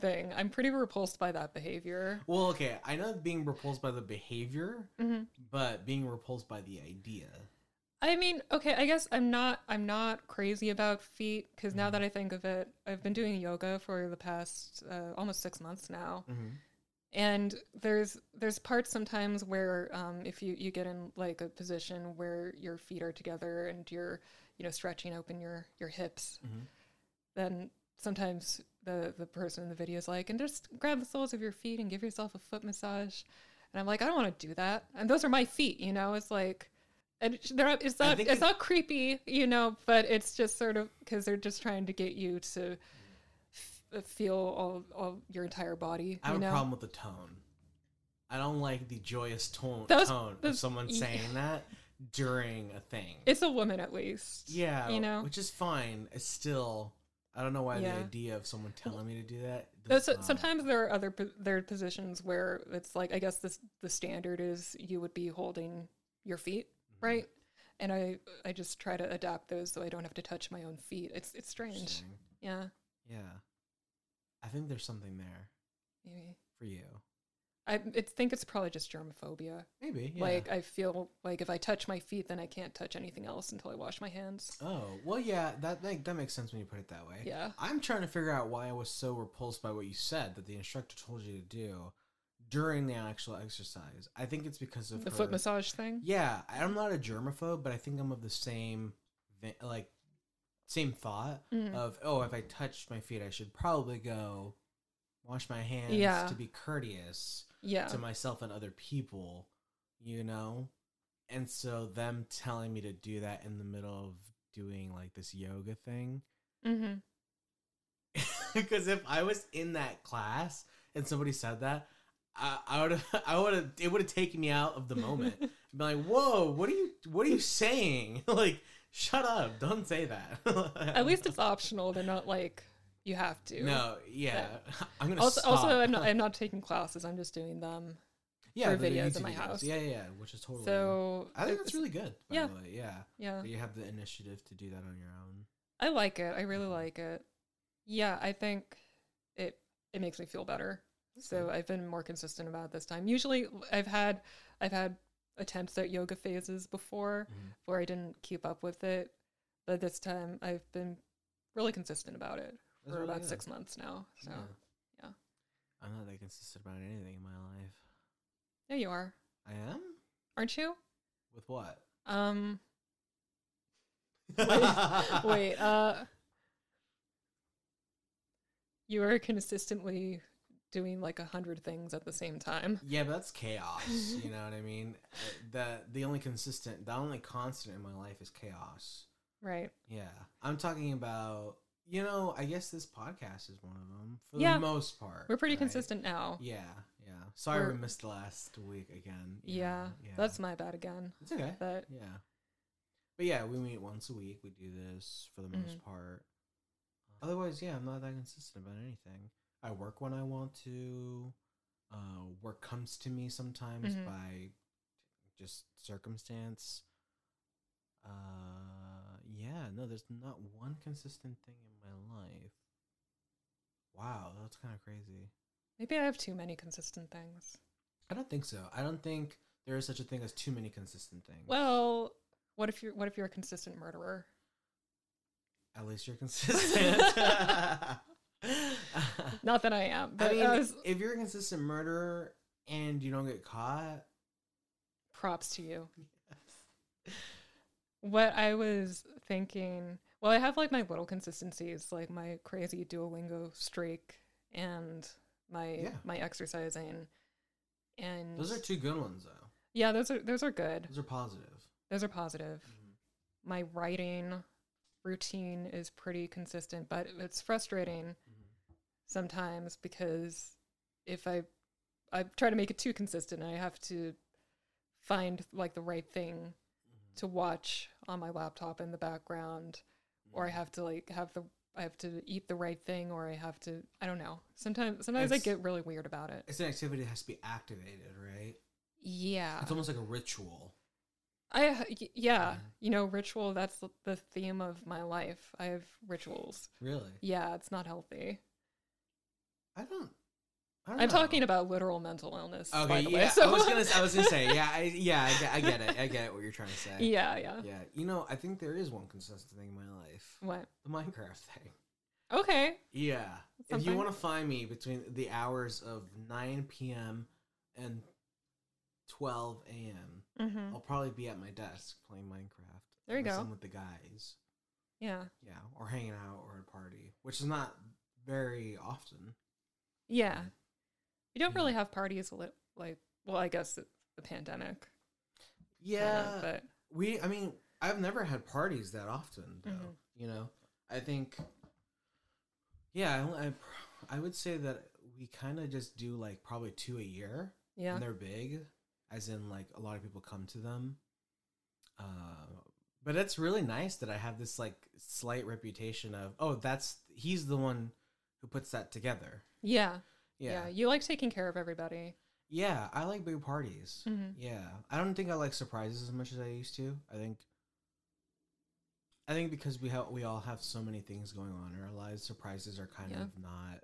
thing. I'm pretty repulsed by that behavior.
Well, okay, I know being repulsed by the behavior,
hmm
but being repulsed by the idea.
I mean, okay, I guess I'm not I'm not crazy about feet because now
Mhm.
that I think of it, I've been doing yoga for the past uh, almost six months now, and there's there's parts sometimes where um, if you you get in like a position where your feet are together and you're you know stretching open your your hips,
Mhm.
then sometimes the the person in the video is like, and just grab the soles of your feet and give yourself a foot massage, and I'm like, I don't want to do that, and those are my feet, you know. It's like, and it's- they're it's
I
not
think
it's
it-
not creepy, you know, but it's just sort of because they're just trying to get you to. f- Feel all, all your entire body.
I have
you know?
a problem with the tone. I don't like the joyous tone,
Those-
tone of
those-
someone
yeah.
saying that during a thing.
It's a woman at least.
yeah,
you know?
which is fine. It's still, I don't know why the
Yeah.
idea of someone telling me to do that. does
Those,
not-
sometimes there are other po- there are positions where it's like I guess this the standard is you would be holding your feet,
Mhm.
right? and I I just try to adapt those so I don't have to touch my own feet. It's it's strange.
Interesting.
Yeah,
Yeah. I think there's something there
maybe.
for you.
I it's, think it's probably just germophobia.
Maybe. Yeah.
Like I feel like if I touch my feet, then I can't touch anything else until I wash my hands.
oh, well yeah, that make, that makes sense when you put it that way.
Yeah,
I'm trying to figure out why I was so repulsed by what you said that the instructor told you to do during the actual exercise. I think it's because of
the
her-
foot massage thing.
Yeah, I- I'm not a germaphobe, but I think I'm of the same, ve- like, same thought
Mhm.
of oh, if I touch my feet, I should probably go wash my hands
Yeah.
to be courteous
Yeah,
to myself and other people, you know? And so them telling me to do that in the middle of doing like this yoga thing.
hmm
Because if I was in that class and somebody said that, I, I would have, I would have, it would have taken me out of the moment. I'd be like, whoa, what are you, what are you saying? like, shut up, don't say that.
At least it's optional. They're not like you have to.
no, yeah, I'm gonna
Also,
stop.
also, I'm not, I'm not taking classes. I'm just doing them. for
the
videos
YouTube
in my house.
Yeah, yeah, yeah, which is totally.
So
I think
it's-
that's really good. By
yeah.
the way. yeah.
yeah,
That You have the initiative to do that on your own.
I like it. I really
Mhm.
like it. Yeah, I think it it makes me feel better. So
good.
I've been more consistent about it this time. Usually, I've had I've had attempts at yoga phases before
Mhm.
where I didn't keep up with it, but this time I've been really consistent about it
That's
for
really
about
good.
six months now. So
Yeah.
yeah.
I'm not that consistent about anything in my life.
there you are,
I am?
aren't you?
With what?
Um, wait, wait, uh, you are consistently doing like a hundred things at the same time.
Yeah, but that's chaos. You know what I mean? Uh, The the only consistent, the only constant in my life is chaos.
Right.
Yeah, I'm talking about. You know, I guess this podcast is one of them for
Yeah.
the most part.
We're pretty
right?
consistent now. Yeah,
Yeah, yeah. Sorry we
We're-
missed last week again. you know,
That's my bad again.
it's okay.
But
Yeah. But yeah, we meet once a week. We do this for the most part. Otherwise, yeah, I'm not that consistent about anything. I work when I want to. Uh, work comes to me sometimes
Mhm.
by just circumstance. Uh, yeah, no, there's not one consistent thing in my life. Wow, that's kind of crazy.
maybe I have too many consistent things.
I don't think so. I don't think there is such a thing as too many consistent things.
Well, what if you're what if you're a consistent murderer?
At least you're consistent.
Not that I am, but
I mean,
as-
if you're a consistent murderer and you don't get caught,
props to you. What I was thinking, well, I have like my little consistencies, like my crazy Duolingo streak and my
Yeah.
my exercising. And
those are two good ones though.
yeah, those are those are good.
Those Mm. are positive.
Those are positive. my writing routine is pretty consistent, but it's frustrating sometimes because if I I try to make it too consistent, I have to find like the right thing to watch on my laptop in the background or I have to like have the I have to eat the right thing or I have to I don't know. Sometimes sometimes I
It's-
get really weird about it.
It's an activity that has to be activated, right?
Yeah.
It's almost like a ritual.
I uh, y- yeah,
Mhm.
you know, ritual that's the- the theme of my life. I have rituals.
Really?
Yeah, it's not healthy.
I don't. I don't
I'm
know.
talking about literal mental illness.
Okay,
by the
yeah.
way, so-
I was gonna. I was gonna say. Yeah. I, yeah. I get, I get it. I get it. What you're trying to say.
yeah, yeah.
Yeah. You know, I think there is one consistent thing in my life:
What?
the Minecraft thing.
Okay.
Yeah. If you
Something-
want to find me between the hours of 9 p.m. and 12 a.m.,
Mm-hmm.
I'll probably be at my desk playing Minecraft.
There you
unless
go.
I'm with the guys.
Yeah.
Yeah. Or hanging out or at a party, which is not very often.
Yeah. You don't
Yeah.
really have parties li- like well, I guess it's the pandemic. kinda,
Yeah.
but
we, I mean, I've never had parties that often, though.
Mhm.
You know, I think, yeah, I, I, I would say that we kind of just do like probably two a year.
yeah.
and they're big as in like a lot of people come to them uh, but it's really nice that i have this like slight reputation of oh that's he's the one who puts that together
yeah. Yeah.
yeah yeah,
You like taking care of everybody.
i like big parties
Mm-hmm.
yeah i don't think i like surprises as much as i used to i think I think because we have we all have so many things going on in our lives, surprises are kind
Yeah.
of not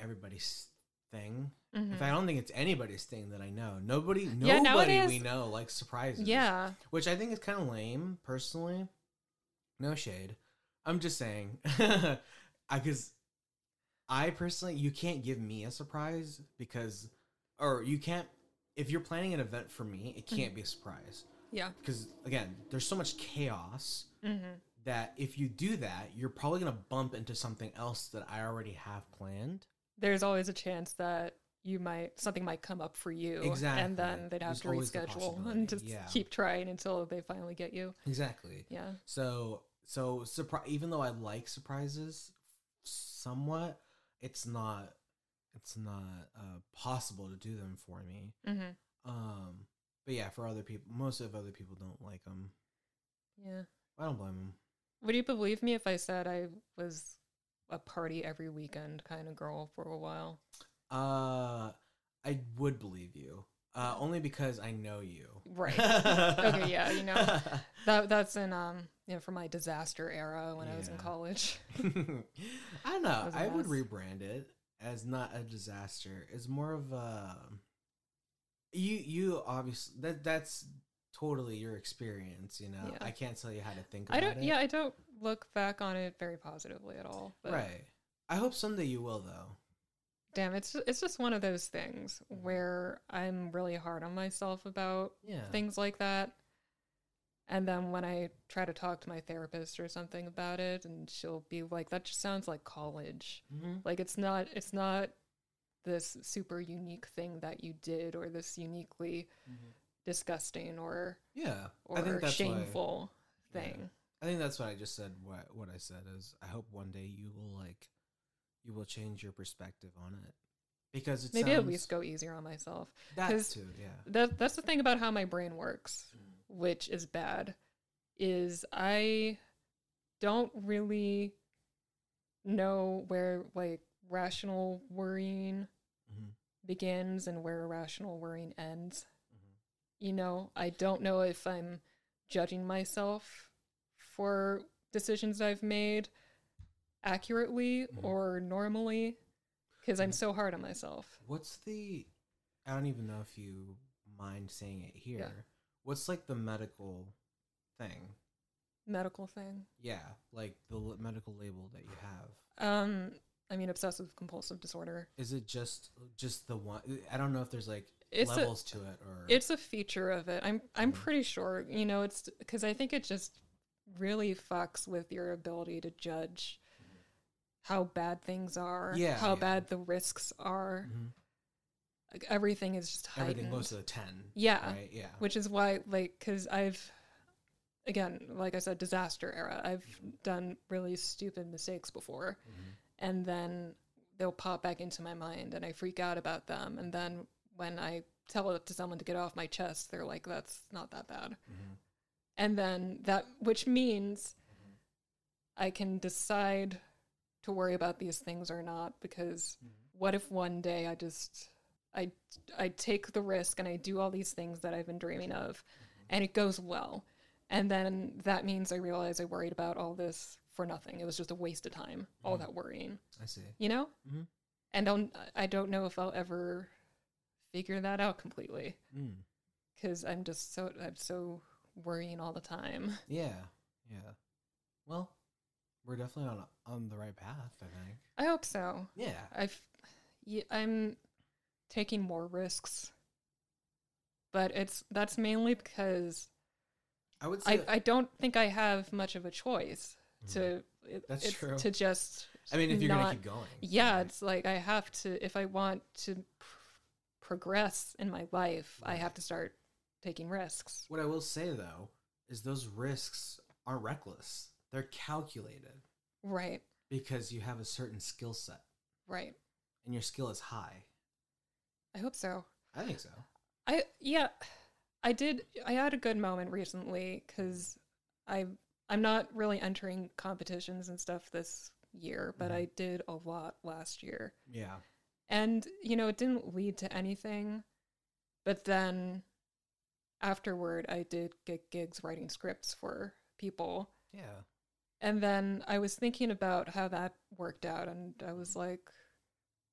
everybody's thing.
Mhm.
If I don't think it's anybody's thing that I know, nobody, nobody
Yeah, nowadays-
we know likes surprises.
yeah.
which I think is kind of lame, personally. No shade. I'm just saying, I because I personally, you can't give me a surprise because, or you can't. If you're planning an event for me, it can't be a surprise
Mm-hmm. Yeah.
because again, there's so much chaos
Mhm.
that if you do that, you're probably going to bump into something else that I already have planned.
There's always a chance that you might something might come up for you,
Exactly.
and then they'd have
There's always
to
the
reschedule
possibility,
and just
yeah.
keep trying until they finally get you.
Exactly.
Yeah.
So so surprise. Even though I like surprises somewhat, it's not it's not uh, possible to do them for me.
hmm
Um, but yeah, for other people, most of other people don't like them.
Yeah.
I don't blame them.
Would you believe me if I said I was a party every weekend kind of girl for a while?
Uh, I would believe you. Uh, only because I know you.
Right. Okay, yeah, you know. That that's in um you know from my disaster era when I was in
Yeah.
college.
I don't know.
was a
I would
mess.
rebrand it as not a disaster. It's more of a you you obviously that that's totally your experience, you know.
Yeah.
I can't tell you how to think about
I don't
it.
yeah, I don't look back on it very positively at all. But
right. I hope someday you will though.
damn, it's ju- it's just one of those things where I'm really hard on myself about
Yeah.
things like that. And then when I try to talk to my therapist or something about it and she'll be like that just sounds like college.
Mhm.
like it's not it's not this super unique thing that you did or this uniquely
Mhm.
disgusting or
Yeah. I think
or
that's Why,
shameful
yeah.
thing
I think that's what I just said what what I said is I hope one day you will like you will change your perspective on it. Because it's
maybe
sounds,
at least go easier on myself
that
'cause
too, yeah.
that that's the thing about how my brain works which is bad is i don't really know where like rational worrying
Mhm.
begins and where irrational worrying ends
Mhm.
you know i don't know if i'm judging myself for decisions i've made accurately
Mhm.
or normally because i'm
Mhm.
so hard on myself
What's the? I don't even know if you mind saying it here.
Yeah.
What's like the medical thing?
medical thing
Yeah, like the l- medical label that you have.
um i mean obsessive compulsive disorder
Is it just just the one? I don't know if there's like
It's a-
levels to it or
it's a feature of it i'm i'm
Mhm.
pretty sure you know it's because i think it just really fucks with your ability to judge how bad things are
Mm-hmm. Yeah,
how
yeah.
bad the risks are
Mhm.
Like, everything is just heightened.
everything goes to the ten.
Yeah.
right. Yeah,
which is why like because i've again like i said disaster era i've
Mm-hmm.
done really stupid mistakes before
Mhm.
and then they'll pop back into my mind and i freak out about them and then when i tell it to someone to get off my chest they're like that's not that bad
Mhm.
and then that which means i can decide to worry about these things or not because
Mhm.
what if one day i just i i take the risk and i do all these things that i've been dreaming of and it goes well and then that means i realize i worried about all this for nothing it was just a waste of time all
Mhm.
that worrying
I see.
you know
Mhm.
and I'll, i don't know if i'll ever figure that out completely
Mm.
because i'm just so i'm so worrying all the time
Yeah, yeah. Well, we're definitely on on the right path. I think.
i hope so
Yeah.
I've, yeah, I'm taking more risks, but it's that's mainly because
I would say
I, I don't think I have much of a choice
Mhm.
to it,
That's
it's
true.
to just.
I mean, if you're
not-
gonna keep going,
yeah,
right?
it's like I have to if I want to pr- progress in my life, I
Right.
have to start taking risks.
What I will say though is those risks aren't reckless. They're calculated
Right,
because you have a certain skill set
right.
and your skill is high.
I hope so.
I think so.
I yeah, I did. I had a good moment recently because I I'm not really entering competitions and stuff this year, but
Mhm.
I did a lot last year,
Yeah.
and you know it didn't lead to anything. But then afterward, I did get gigs writing scripts for people,
Yeah.
And then I was thinking about how that worked out, and I was
Mm-hmm.
like,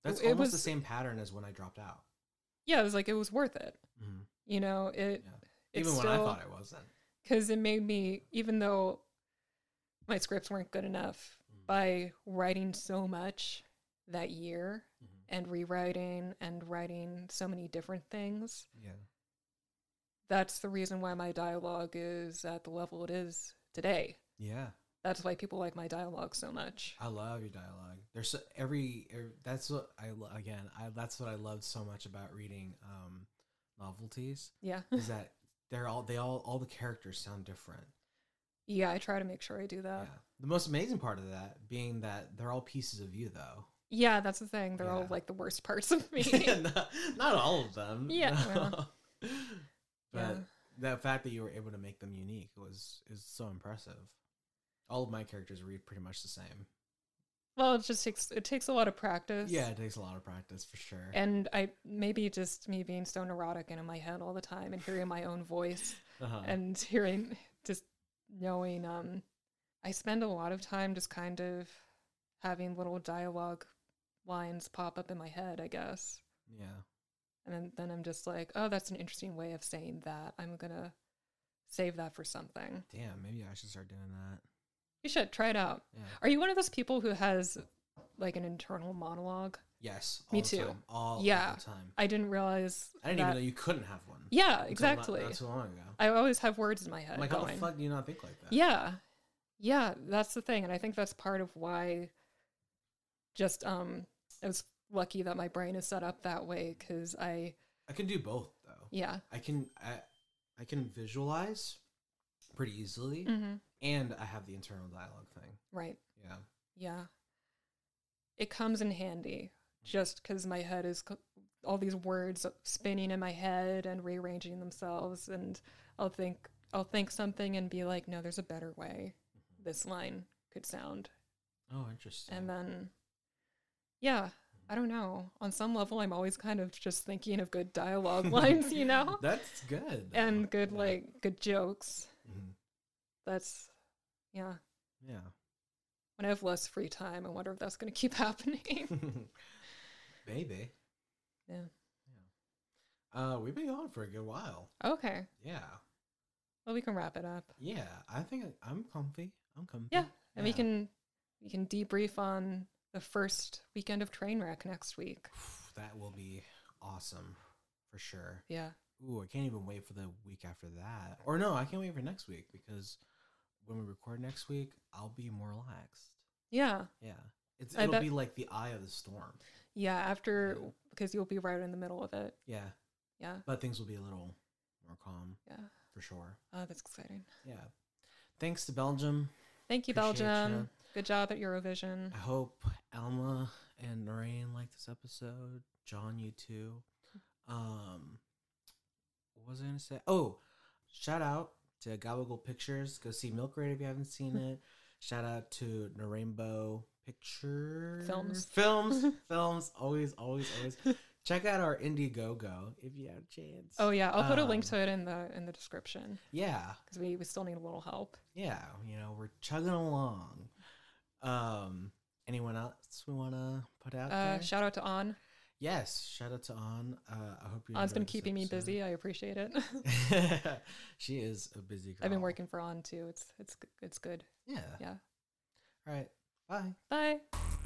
That's
It
almost the
was-
same pattern as when I dropped out.
yeah, it was like it was worth it.
Mhm.
You know, it
Yeah.
it's
Even when I
still-
thought I wasn't. Mm-hmm.
because it made me even though my scripts weren't good enough
Mhm.
by writing so much that year
Mhm.
and rewriting and writing so many different things
Yeah.
that's the reason why my dialogue is at the level it is today
Yeah.
that's why people like my dialogue so much
I love your dialogue. There's so, every, every- that's what I lo- again. I that's what I loved so much about reading um, novelties
yeah
is that they're all they all all the characters sound different.
yeah i try to make sure i do
Yeah.
that
The most amazing part of that being that they're all pieces of you though.
yeah, that's the thing they're all
Yeah.
like the worst parts of me
not, not all of them.
Yeah,
no. but
yeah
the fact that you were able to make them unique was is so impressive. All of my characters read pretty much the same.
well it just takes it takes a lot of practice
Yeah, it takes a lot of practice for sure.
And I maybe just me being so neurotic and in my head all the time and hearing my own voice
uh-huh.
and hearing just knowing um I spend a lot of time just kind of having little dialogue lines pop up in my head, I guess.
yeah.
And then, then I'm just like, oh, that's an interesting way of saying that. I'm gonna save that for something.
Damn, maybe I should start doing that.
You should try it out.
Yeah.
Are you one of those people who has like an internal monologue?
Yes.
Me
the
too.
Time, all
Yeah.
the time.
I didn't realize
I didn't
that-
even know you couldn't have one.
Yeah,
until not-
exactly.
Not, too long ago.
I always have words in my
I'm
head.
like, how the
going.
fuck do you not think like that?
Yeah. Yeah, that's the thing. And I think that's part of why just um I was lucky that my brain is set up that way cuz I
I can do both though.
yeah.
I can I I can visualize pretty easily,
Mm-hmm.
and I have the internal dialogue thing.
Right.
Yeah.
Yeah. It comes in handy just cuz my head is co- all these words spinning in my head and rearranging themselves and I'll think I'll think something and be like, "No, there's a better way
Mm-hmm.
this line could sound."
Oh, interesting.
And then, yeah, I don't know. On some level, I'm always kind of just thinking of good dialogue lines, you know,
That's good. though.
and good,
Yeah.
like, good jokes.
Mhm.
That's, yeah.
Yeah.
When I have less free time, I wonder if that's going to keep happening.
Maybe.
Yeah.
Uh, we've been going for a good while.
okay.
Yeah.
Well, we can wrap it up.
Yeah. I think I'm comfy. I'm comfy.
Yeah, And we can, we can debrief on the first weekend of Trainwreck next week.
That will be awesome for sure.
Yeah.
Ooh, I can't even wait for the week after that. Or no, I can't wait for next week because when we record next week, I'll be more relaxed.
Yeah.
Yeah. It's
I
it'll
bet-
be like the eye of the storm.
Yeah. After,
Yeah.
because you'll be right in the middle of it.
Yeah.
Yeah.
But things will be a little more calm
Yeah.
for sure.
Oh, that's exciting.
Yeah. Thanks to Belgium.
Thank you,
Appreciate
Belgium.
ya.
Good job at Eurovision.
I hope Alma and Noreen like this episode. John, you too. Um, what was I gonna say? Oh, shout out to Gobble Pictures. Go see Milk Raid if you haven't seen it. shout out to Rainbow Pictures
Films.
films, films. Always, always, always. Check out our Indiegogo if you have a chance.
Oh yeah, I'll put a link
Um,
to it in the in the description
yeah.
because we, we still need a little help.
yeah, you know, we're chugging along. Um, anyone else we want to put out
Uh,
there?
shout out to On.
yes, shout out to On. Uh, I hope you.
On's been
enjoyed this
keeping me
episode.
busy. I appreciate it.
she is a busy girl.
I've been working for On too. It's it's g- it's good.
Yeah.
Yeah.
All right. Bye.
Bye.